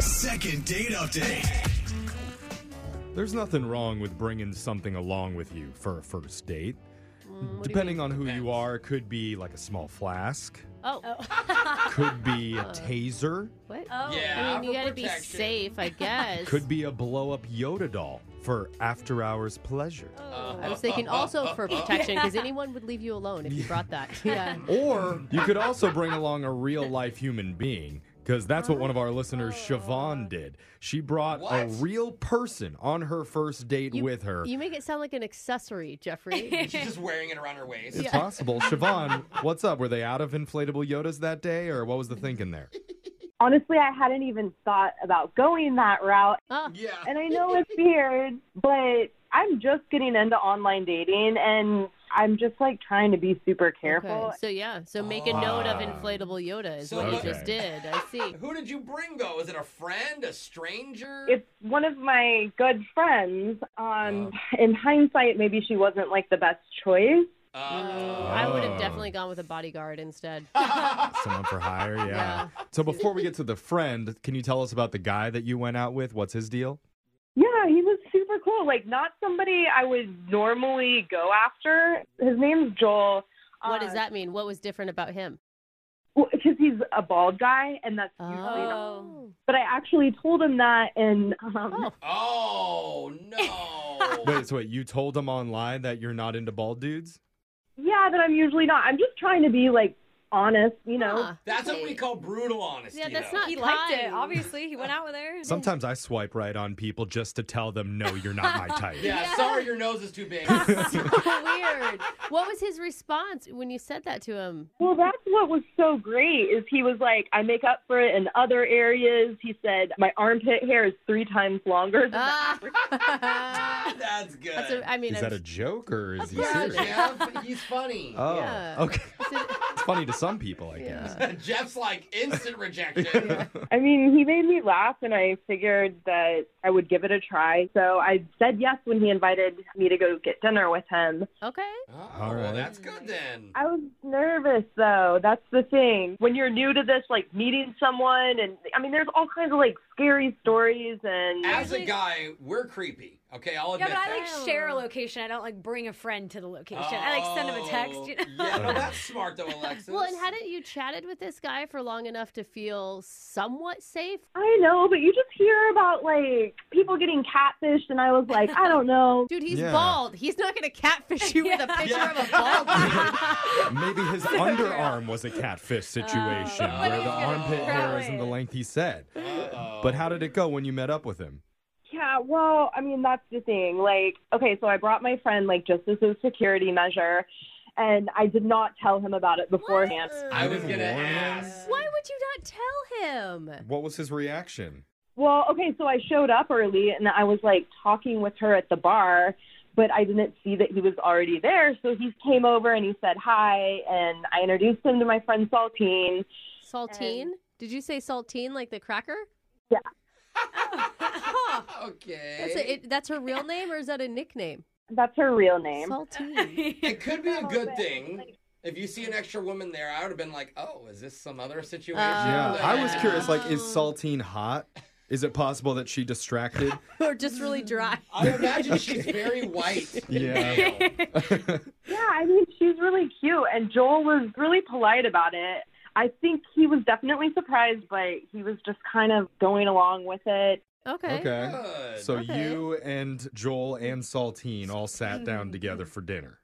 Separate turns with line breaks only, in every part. Second date update.
There's nothing wrong with bringing something along with you for a first date.
Mm,
Depending on who you are, it could be like a small flask,
Oh, Uh.
could be a taser,
what?
Yeah,
I mean, you
for
gotta be
protection.
safe, I guess.
could be a blow up Yoda doll for after hours pleasure.
Uh,
I was thinking also for protection because anyone would leave you alone if you brought that. Yeah.
Or you could also bring along a real life human being. Because that's what one of our listeners,
Oh.
Siobhan, did. She brought a
What?
real person on her first date
You-
with her.
You make it sound like an accessory, Jeffrey.
She's just wearing it around her waist.
It's possible. Siobhan, what's up? Were they out of inflatable Yodas that day, or what was the thinking there?
honestly, I hadn't even thought about going that route.
oh,
Yeah.
And I know it's weird, but I'm just getting into online dating and I'm just like trying to be super careful.
okay. So yeah, so make a note
Ah.
of inflatable Yoda is
So
what you
what-
just did. I see.
Who did you bring though? Is it a friend, a stranger?
It's one of my good friends. Um, in hindsight, maybe she wasn't like the best choice.
Uh,
I would have
Oh.
definitely gone with a bodyguard instead.
Ah.
Someone for hire, yeah. So before we get to the friend, can you tell us about the guy that you went out with? What's his deal?
Yeah, he was super cool. Like, not somebody I would normally go after. His name's Joel.
What does that mean? What was different about him?
Because he's a bald guy, and that's usually not.
Oh,
But I actually told him that, and um,
Oh.
oh no.
Wait, so wait, you told him online that you're not into bald dudes?
Yeah, that I'm usually not. I'm just trying to be like honest, you know.
Huh.
That's what we call brutal honesty.
Ah. Yeah, that's
though.
not
He liked it.
kind.
Obviously, he went out with her.
Sometimes I swipe right on people just to tell them, no, you're not my type.
Yeah, sorry, your nose is too big.
Weird. What was his response when you said that to him?
Well, that's what was so great is he was like, I make up for it in other areas. He said my armpit hair is three times longer than the
Ah.
average.
that's good.
That's a, I mean,
Is
I'm-
that a joke or is he
yeah, Uh.
serious?
Jeff, he's funny.
Oh,
Yeah.
okay.
Is it-
It's funny to some people, I guess.
yeah.
Jeff's like instant rejection.
I mean, he made me laugh, and I figured that I would give it a try. So I said yes when he invited me to go get dinner with him.
Okay.
Oh,
All
well,
right.
that's good then.
I was nervous though. That's the thing. When you're new to this, like meeting someone, and I mean, there's all kinds of like scary stories and.
As a guy, we're creepy. Okay, I'll
Yeah,
admit
but I
that.
like share a location. I don't like bring a friend to the location. I like send him a text. You know?
Oh, Yeah, no, that's smart though, Alexis.
Well, and hadn't you chatted with this guy for long enough to feel somewhat safe?
I know, but you just hear about like people getting catfished, and I was like, I don't know.
Dude, he's
Yeah.
bald. He's not going to catfish you with a picture of a bald
Maybe his underarm was a catfish situation
Oh.
where
Maybe
the
he's gonna
armpit
grow
hair isn't the
it.
length he said.
Uh-oh.
But how did it go when you met up with him?
Yeah, well, I mean, that's the thing. Like, okay, so I brought my friend like just as a security measure, and I did not tell him about it beforehand.
I was
Didn't
gonna
warn him?
ask.
Why would you not tell him?
What was his reaction?
Well, okay, so I showed up early, and I was like talking with her at the bar. But I didn't see that he was already there, so he came over and he said hi, and I introduced him to my friend Saltine.
Saltine?
Um,
Did you say saltine like the cracker?
Okay.
That's, a, it, that's her real name or is that a nickname?
That's her real name.
Saltine.
It could be a good thing. If you see an extra woman there, I would have been like, "Oh, is this some other situation?"
Yeah,
Uh,
that-
I was curious. Like, is Saltine hot? Is it possible that she distracted?
or just really dry.
I imagine she's very white.
Yeah.
Yeah, I mean, she's really cute, and Joel was really polite about it. I think he was definitely surprised, but he was just kind of going along with it.
Okay.
Okay.
Good.
So
Okay.
you and Joel and Saltine all sat down together for dinner.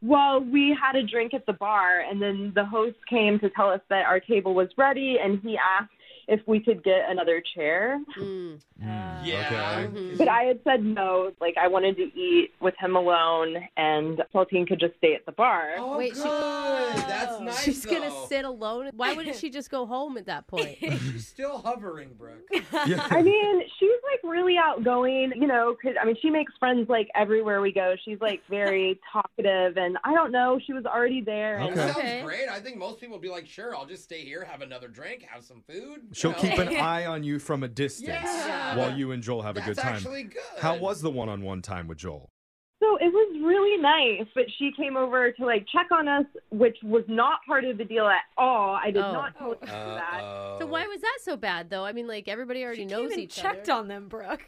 Well, we had a drink at the bar, and then the host came to tell us that our table was ready, and he asked if we could get another chair.
Mm.
yeah.
Okay.
Mm-hmm.
But I had said no, like I wanted to eat with him alone, and Saltine could just stay at the bar.
Oh,
Wait,
Wait,
she-
good. That's nice.
She's going to
though.
sit alone. Why wouldn't she just go home at that point?
She's still hovering, Brooke.
I mean, she's like really outgoing, you know, 'cause I mean, she makes friends like everywhere we go. She's like very talkative, and I don't know, she was already there.
That
And
Okay.
sounds great. I think most people would be like, "Sure, I'll just stay here, have another drink, have some food." you
She'll
know?
keep an eye on you from a distance
Yeah.
while you and Joel have a
That's
good time.
actually good.
How was the one on one time with Joel?
so no, it was really nice. But she came over to like check on us, which was not part of the deal at all. I did
Oh.
not tell her
Uh,
that.
Uh-oh.
So why was that so bad though? I mean, like everybody already
She
knows
came and
each
checked
other.
on them, Brooke.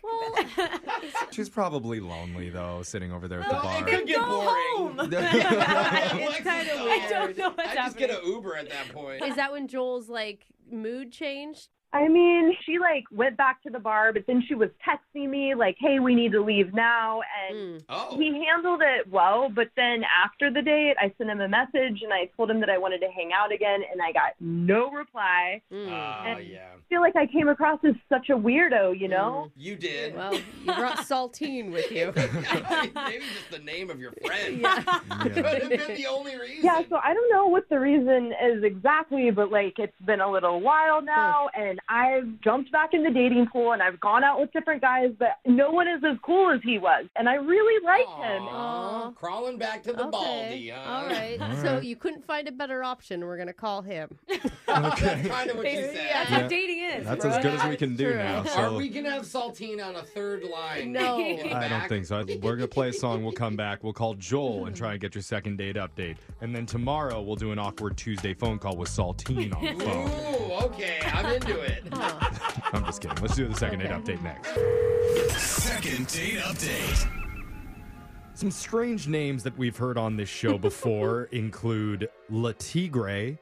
She's probably lonely though, sitting over there at
Well,
Well, it
Then
could get
go
boring.
home.
Alexis,
kinda
though,
weird.
I don't know what's
I just
happening.
get an Uber at that point.
Is that when Joel's like mood changed?
I mean, she like went back to the bar, but then she was texting me like, "Hey, we need to leave now," and.
Mm.
Oh,
He handled it well, but then after the date, I sent him a message and I told him that I wanted to hang out again, and I got no reply.
Mm.
oh
And-
yeah,
I feel like I came across as such a weirdo, you know?
you did.
well, you brought saltine with you.
Maybe just the name of your friend. Could have been the only reason.
Yeah, so I don't know what the reason is exactly, but like it's been a little while now, and I've jumped back in the dating pool and I've gone out with different guys, but no one is as cool as he was, and I really like him.
Aw,
Aw.
Crawling back to the
okay.
baldy, huh?
All right.
All
So
right.
you couldn't find a better option. We're gonna call him.
That's kind of what you
Yeah,
said.
That's
Yeah.
what dating is.
That's
bro.
as good as we can do
True.
now.
Are
So
we gonna have saltine on a third line?
No.
in the
I don't
back?
think so. We're gonna play a song. We'll come back. We'll call Joel and try and get your second date update. And then tomorrow we'll do an awkward Tuesday phone call with Saltine on the phone.
Ooh, okay, I'm into it.
I'm just kidding. Let's do the second date update next.
Second date update.
Some strange names that we've heard on this show before include La Tigre,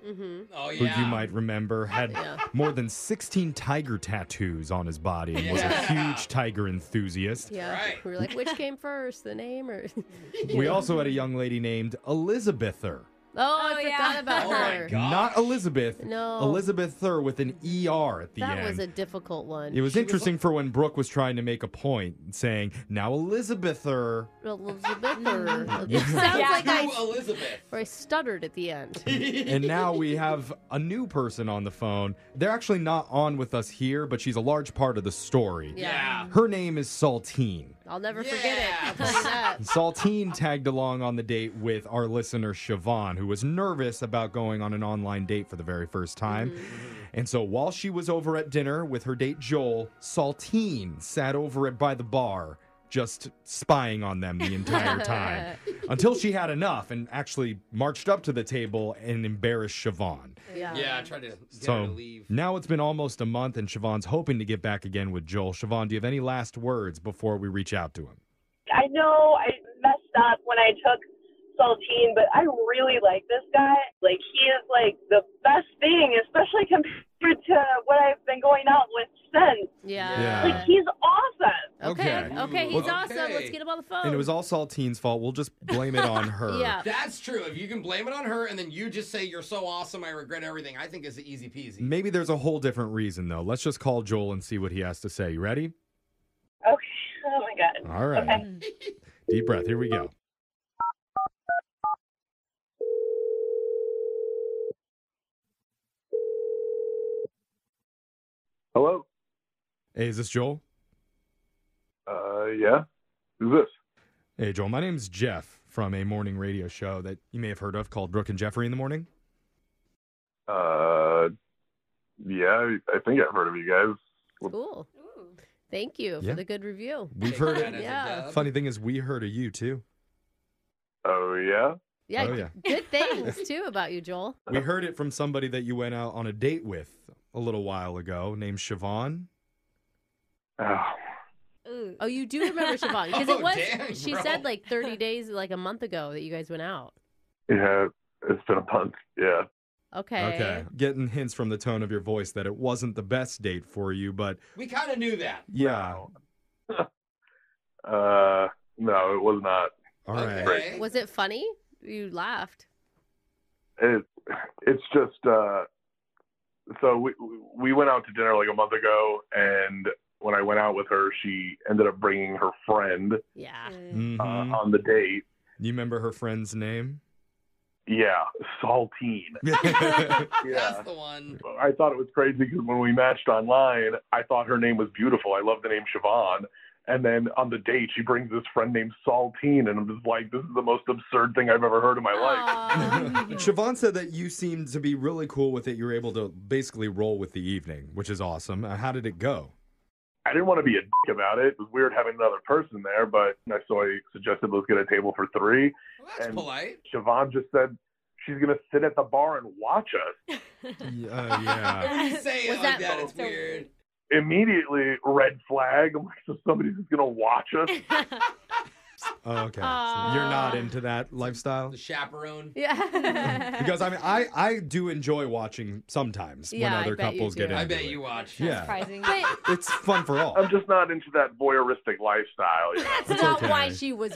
Oh
who
yeah.
you might remember had more than 16 tiger tattoos on his body and was a
Yeah.
huge tiger enthusiast.
Yeah.
Right.
We were like, which came first, the name or?
We also had a young lady named Elizabether.
Oh, I
Oh,
forgot
yeah.
about
Oh, my
her.
God. Gosh.
Not Elizabeth.
No.
Elizabeth Thur with an ER at the
That
end.
was a difficult one.
it was interesting for when Brooke was trying to make a point, saying, now Elizabether.
Elizabeth or- It sounds
Yeah.
like I,
Who, Elizabeth.
or I stuttered at the end.
and now we have a new person on the phone. They're actually not on with us here, but she's a large part of the story.
Yeah.
Her name is Saltine.
I'll never forget it.
Yeah.
I'll tell you that.
And Saltine tagged along on the date with our listener Siobhan, who was nervous about going on an online date for the very first time. And so while she was over at dinner with her date Joel, Saltine sat over at by the bar, just spying on them the entire time until she had enough and actually marched up to the table and embarrassed Siobhan.
Yeah.
Yeah, I tried to get her to
So
leave.
now it's been almost a month, and Siobhan's hoping to get back again with Joel. Siobhan, do you have any last words before we reach out to him?
I know I messed up when I took Saltine, but I really like this guy. Like he is like the best thing, especially compared to what I've been going out with since.
Yeah.
Like he's awesome.
Okay.
Okay.
Okay. He's
Well-
awesome. Let's
Okay.
get him on the phone.
And it was all Saltine's fault. We'll just blame it on her.
Oh. Yeah.
That's true. If you can blame it on her and then you just say you're so awesome, I regret everything, I think is the easy peasy.
Maybe there's a whole different reason, though. Let's just call Joel and see what he has to say. You ready?
Okay. Oh my god.
All right. Deep breath. Here we go.
Hello.
Hey, is this Joel?
Uh, yeah. Who's this?
Hey, Joel. My name's Jeff from a morning radio show that you may have heard of called Brooke and Jeffrey in the Morning.
Uh, yeah. I think I've heard of you guys.
Cool. Thank you
Yeah.
for the good review.
We've
Take
heard
that as
it.
a
Yeah.
dub.
Funny thing is, we heard of you, too.
Oh yeah.
Yeah.
Oh, yeah.
Good things too about you, Joel.
We heard it from somebody that you went out on a date with a little while ago named Siobhan.
Oh,
Ooh.
Oh, you do remember Siobhan because
Oh,
it was.
dang,
she
bro.
said like 30 days, like a month ago, that you guys went out.
yeah. It's been a month. Yeah.
Okay.
Getting hints from the tone of your voice that it wasn't the best date for you, but
We kind of knew that.
yeah.
Uh, no, it was not.
All right.
Okay.
Was it funny? You laughed.
It. It's just. Uh, so we we went out to dinner like a month ago, and when I went out with her, she ended up bringing her friend
Yeah.
Mhm.
uh, on the date.
You remember her friend's name?
Yeah, saltine.
That's the one.
I thought it was crazy because when we matched online, I thought her name was beautiful. I love the name Siobhan. And then on the date, she brings this friend named Saltine, and I'm just like, this is the most absurd thing I've ever heard in
Oh.
my life.
Aw.
Siobhan said that you seemed to be really cool with it. You were able to basically roll with the evening, which is awesome. Uh, How did it go?
I didn't want to be a dick about it. It was weird having another person there, but I so I suggested let's get a table for three.
Well, that's
And-
polite.
Siobhan just said she's gonna sit at the bar and watch us.
Yeah, uh, yeah.
When you say
Was
it like
that-
that, it's
so-
weird.
Immediately, red flag. I'm like, so somebody's just gonna watch us.
Oh, okay.
Aw.
You're not into that lifestyle?
The chaperone.
Yeah.
Because I mean, I I do enjoy watching sometimes when
Yeah, I
other
bet you
couples
do.
get into
I bet
it.
you watch.
Yeah.
Surprising.
But
It's fun for all.
I'm just not into that voyeuristic lifestyle. You know?
that's not
okay.
why she was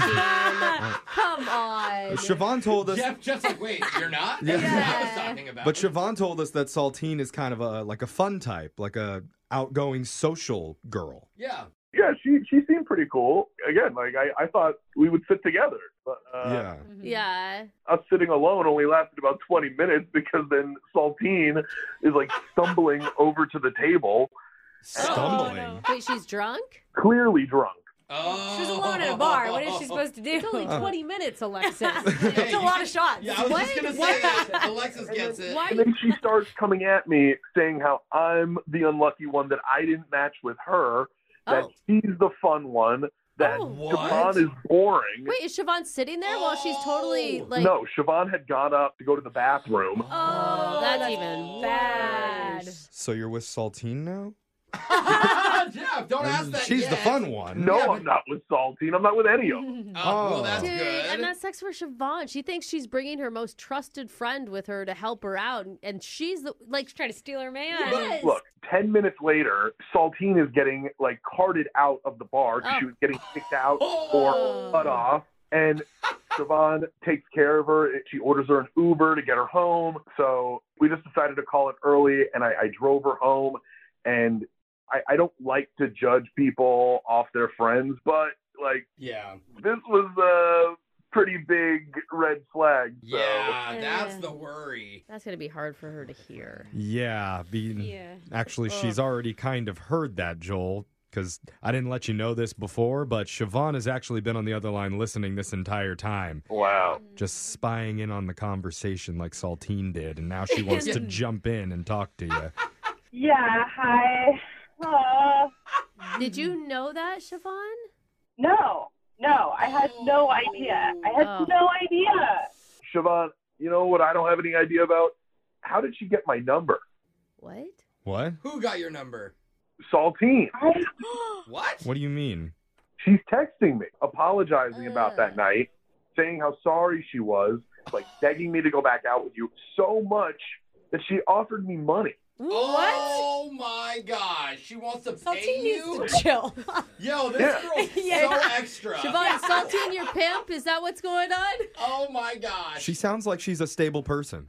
Come on.
Siobhan told us,
Jeff, just like, wait, you're not?
Yeah.
That's what I was
Yeah.
talking about.
but Siobhan told us that Saltine is kind of a like a fun type, like a outgoing social girl.
Yeah.
Yeah, she she seemed pretty cool. Again, like I, I thought we would sit together, but uh,
Oh,
yeah.
Yeah.
us sitting alone only lasted about 20 minutes because then Saltine is like stumbling over to the table,
Stumbling.
no.
Wait, she's drunk?
clearly drunk.
Oh.
She was alone at a bar. What is she supposed to do?
It's only 20 minutes, Alexis.
It's a lot of shots.
Yeah, I was just
What?
gonna say
What?
that. Alexis gets it.
Why?
And then she starts coming at me saying how I'm the unlucky one that I didn't match with her, that
Oh.
she's the fun one, that
Oh.
What?
Siobhan is boring.
Wait, is Siobhan sitting there while she's totally
Oh.
like.
no, Siobhan had gone up to go to the bathroom.
Oh, that's even
bad.
worse.
So you're with Saltine now?
Jeff, don't ask that.
She's the
yet.
fun one.
No,
Yeah, but-
I'm not with Saltine. I'm not with any of them.
Oh, well, that's
Dude,
good.
and that sucks for Siobhan. She thinks she's bringing her most trusted friend with her to help her out, and, and she's the like
Trying to steal her man.
Yes.
Look, 10 minutes later, Saltine is getting like carted out of the bar 'cause
Oh.
she was getting kicked out
Ah. Oh.
or cut off. And Siobhan takes care of her. She orders her an Uber to get her home. So we just decided to call it early and I, I drove her home. And I, I don't like to judge people off their friends, but like
yeah.
this was a pretty big red flag. So.
Yeah, that's
Yeah.
the worry.
That's gonna be hard for her to hear.
Yeah, being
Yeah.
actually she's already kind of heard that, Joel, cuz I didn't let you know this before, but Siobhan has actually been on the other line listening this entire time,
Wow.
just spying in on the conversation like Saltine did, and now she wants to jump in and talk to you.
Yeah, hi. Uh,
Did you know that, Siobhan?
no, no, I had no idea. I had
Oh.
no idea.
Siobhan, you know what I don't have any idea about? How did she get my number?
What?
What?
Who got your number?
Saltine.
I,
What?
What do you mean?
She's texting me, apologizing about that night, saying how sorry she was, like begging me to go back out with you so much that she offered me money.
What?
Oh my gosh. She wants to pay
Saltine
you?
needs to chill.
Yo, this
Yeah.
girl's so
Yeah.
extra.
Siobhan, saltine your pimp? Is that what's going on?
Oh my gosh.
She sounds like she's a stable person.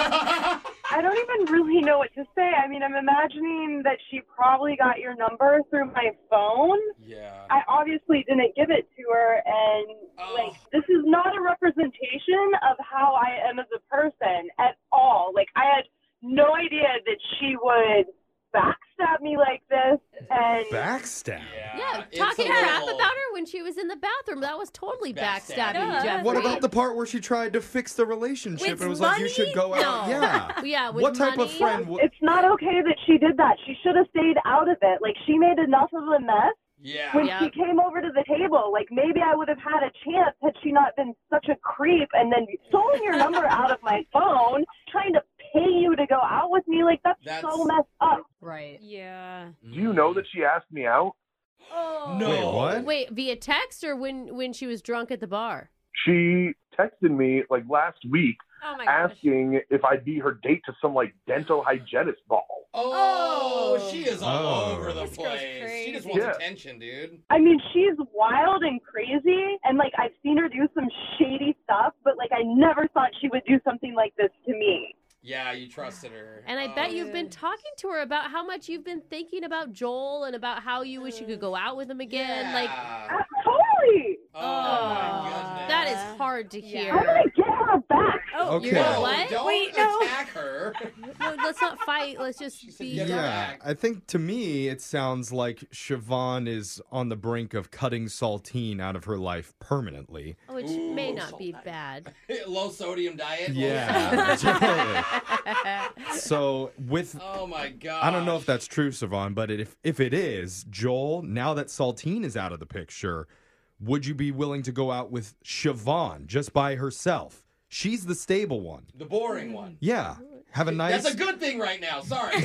I don't even really know what to say. I mean, I'm imagining that she probably got your number through my phone.
yeah.
I obviously didn't give it to her, and
Oh.
like this is not a representation of how I am as a person at all. Like I had no idea that she would backstab me like this, and
Backstab.
Uh,
Yeah.
Yeah,
it's
talking
a
crap
little-
about her when she was in the bathroom. That was totally
Backstabbing.
backstabbing,
Yeah.
Jeffrey.
What about the part where she tried to fix the relationship
With
and was like, "You
money?
should go out"?
No.
Yeah.
Yeah, with
what type of
money?
friend? would
it's not okay that she did that. She should have stayed out of it. Like she made enough of a mess
Yeah.
when
Yeah.
she came over to the table. Like maybe I would have had a chance had she not been such a creep and then stolen your number out of my phone, trying to pay you to go out with me. Like that's, so
That's-
messed up.
Right.
yeah.
Do you know that she asked me out?
Oh.
Mm. No.
Wait, what?
Wait, via text or when when she was drunk at the bar?
She texted me like last week
Oh my gosh.
asking if I'd be her date to some like dental hygienist ball.
Oh,
Oh.
she is all
Oh.
over the
This girl's
place. She just
crazy.
wants
Yeah.
attention, dude.
I mean, she's wild and crazy, and like I've seen her do some shady stuff, but like I never thought she would do something like this to me.
Yeah, you trusted her.
And I
Oh.
bet you've been talking to her about how much you've been thinking about Joel and about how you wish you could go out with him again. Like
Yeah.
Uh, Totally.
Oh, my goodness.
that is hard to
Yeah.
How
hear.
did I get her? now back.
Oh,
Okay.
You're
No,
not what?
Don't
Wait, no.
attack her.
No, let's not fight. Let's just be.
Yeah.
Yeah,
Correct.
I think to me it sounds like Siobhan is on the brink of cutting Saltine out of her life permanently.
Which
Ooh.
may not be bad.
Low sodium diet. low fat.
Yeah. totally. so with
Oh my god.
I don't know if that's true, Siobhan, but if if it is, Joel, now that Saltine is out of the picture, would you be willing to go out with Siobhan just by herself? She's the stable one.
the boring one.
Yeah. Have a nice
That's a good thing right now. Sorry.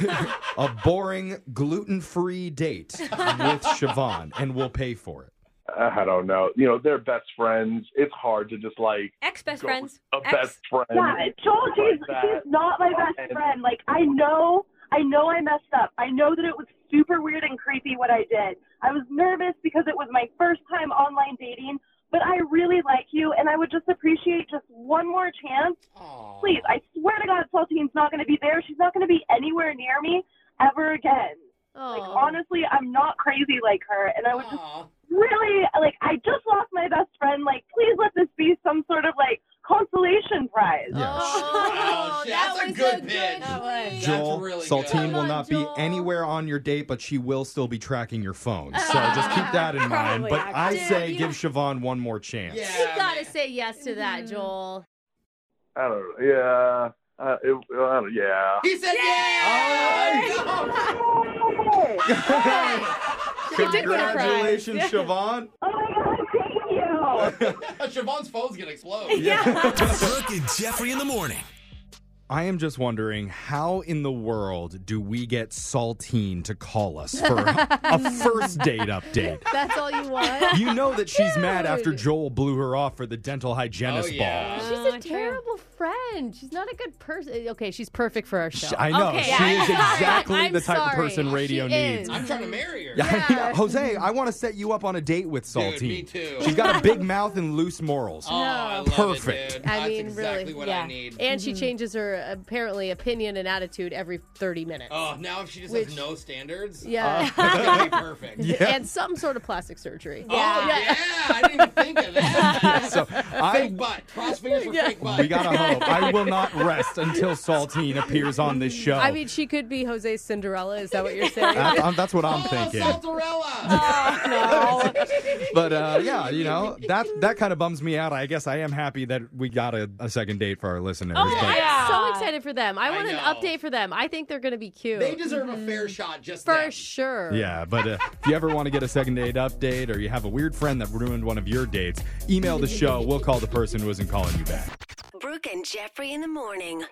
a boring gluten-free date with Siobhan and we'll pay for it.
I don't know. You know, they're best friends. It's hard to just like
Ex best
go
friends.
with a
Ex.
best friend.
Yeah, Joel, she's,
Like that.
she's not my best
And-
friend. Like, I know, I know I messed up. I know that it was super weird and creepy what I did. I was nervous because it was my first time online dating, but I really like you, and I would just appreciate just one more chance.
Aw.
Please, I swear to God, Saltine's not going to be there. She's not going to be anywhere near me ever again.
Oh,
Like, honestly, I'm not crazy like her, and I would just
Aw.
really like I just lost my best friend. Like, please let this be some sort of like consolation prize.
Yeah.
Wow,
oh,
that's
that
a
was
good
a
pitch.
good
That
pitch.
Joel,
really good.
Saltine
Come
will
on,
not
Joel.
be anywhere on your date, but she will still be tracking your phone. So just keep that in mind.
Probably
But
not.
I
Dude,
say
you-
give Siobhan one more chance.
Yeah.
You gotta
man.
say yes to that,
Mm-hmm.
Joel.
I don't know. Yeah. Uh, it, I don't, yeah.
He said
Yay!
yeah. Oh,
Congratulations, Siobhan.
Oh my God, thank you.
no. Siobhan's phone's gonna explode.
Brooke and Jeffrey in the morning.
I am just wondering how in the world do we get Saltine to call us for a first date update?
That's all you want.
You know that she's mad after
Dude.
Joel blew her off for the dental hygienist
Oh, yeah.
ball.
She's
Oh,
a
true.
terrible friend. She's not a good person. Okay, she's perfect for our show.
I know.
Okay,
she
yeah.
is exactly
I'm
the type of
sorry.
person radio
She
needs.
is.
I'm trying to marry her.
Yeah.
Jose, I want to set you up on a date with Saltine.
Dude, me too.
She's got a big mouth and loose morals.
Oh, I love
Perfect.
It, dude.
I
That's
mean,
exactly
really,
what
yeah.
I need.
And she changes her apparently opinion and attitude every 30 minutes.
oh, now if she just
Which-
has no standards,
Yeah.
that's gonna be perfect.
Yeah.
And some sort of plastic surgery.
Oh yeah, I didn't even think of that.
So
Fake
I
butt. Cross fingers for fake butt.
we gotta hope. I will not rest until Saltine appears on this show.
I mean, she could be Jose's Cinderella. Is that what you're saying?
That- um, that's what I'm
Oh,
thinking.
Saltarella.
Oh.
But uh, yeah, you know that that kind of bums me out. I guess I am happy that we got a, a second date for our listeners.
Oh,
but
I'm so excited for them. I
I
want an
know.
update for them. I think they're going to be cute.
They deserve a fair shot just
Mm-hmm. for
them.
sure.
Yeah, but uh, if you ever want to get a second date update or you have a weird friend that ruined one of your dates, email the show. We'll call the person who isn't calling you back.
Brooke and Jeffrey in the morning.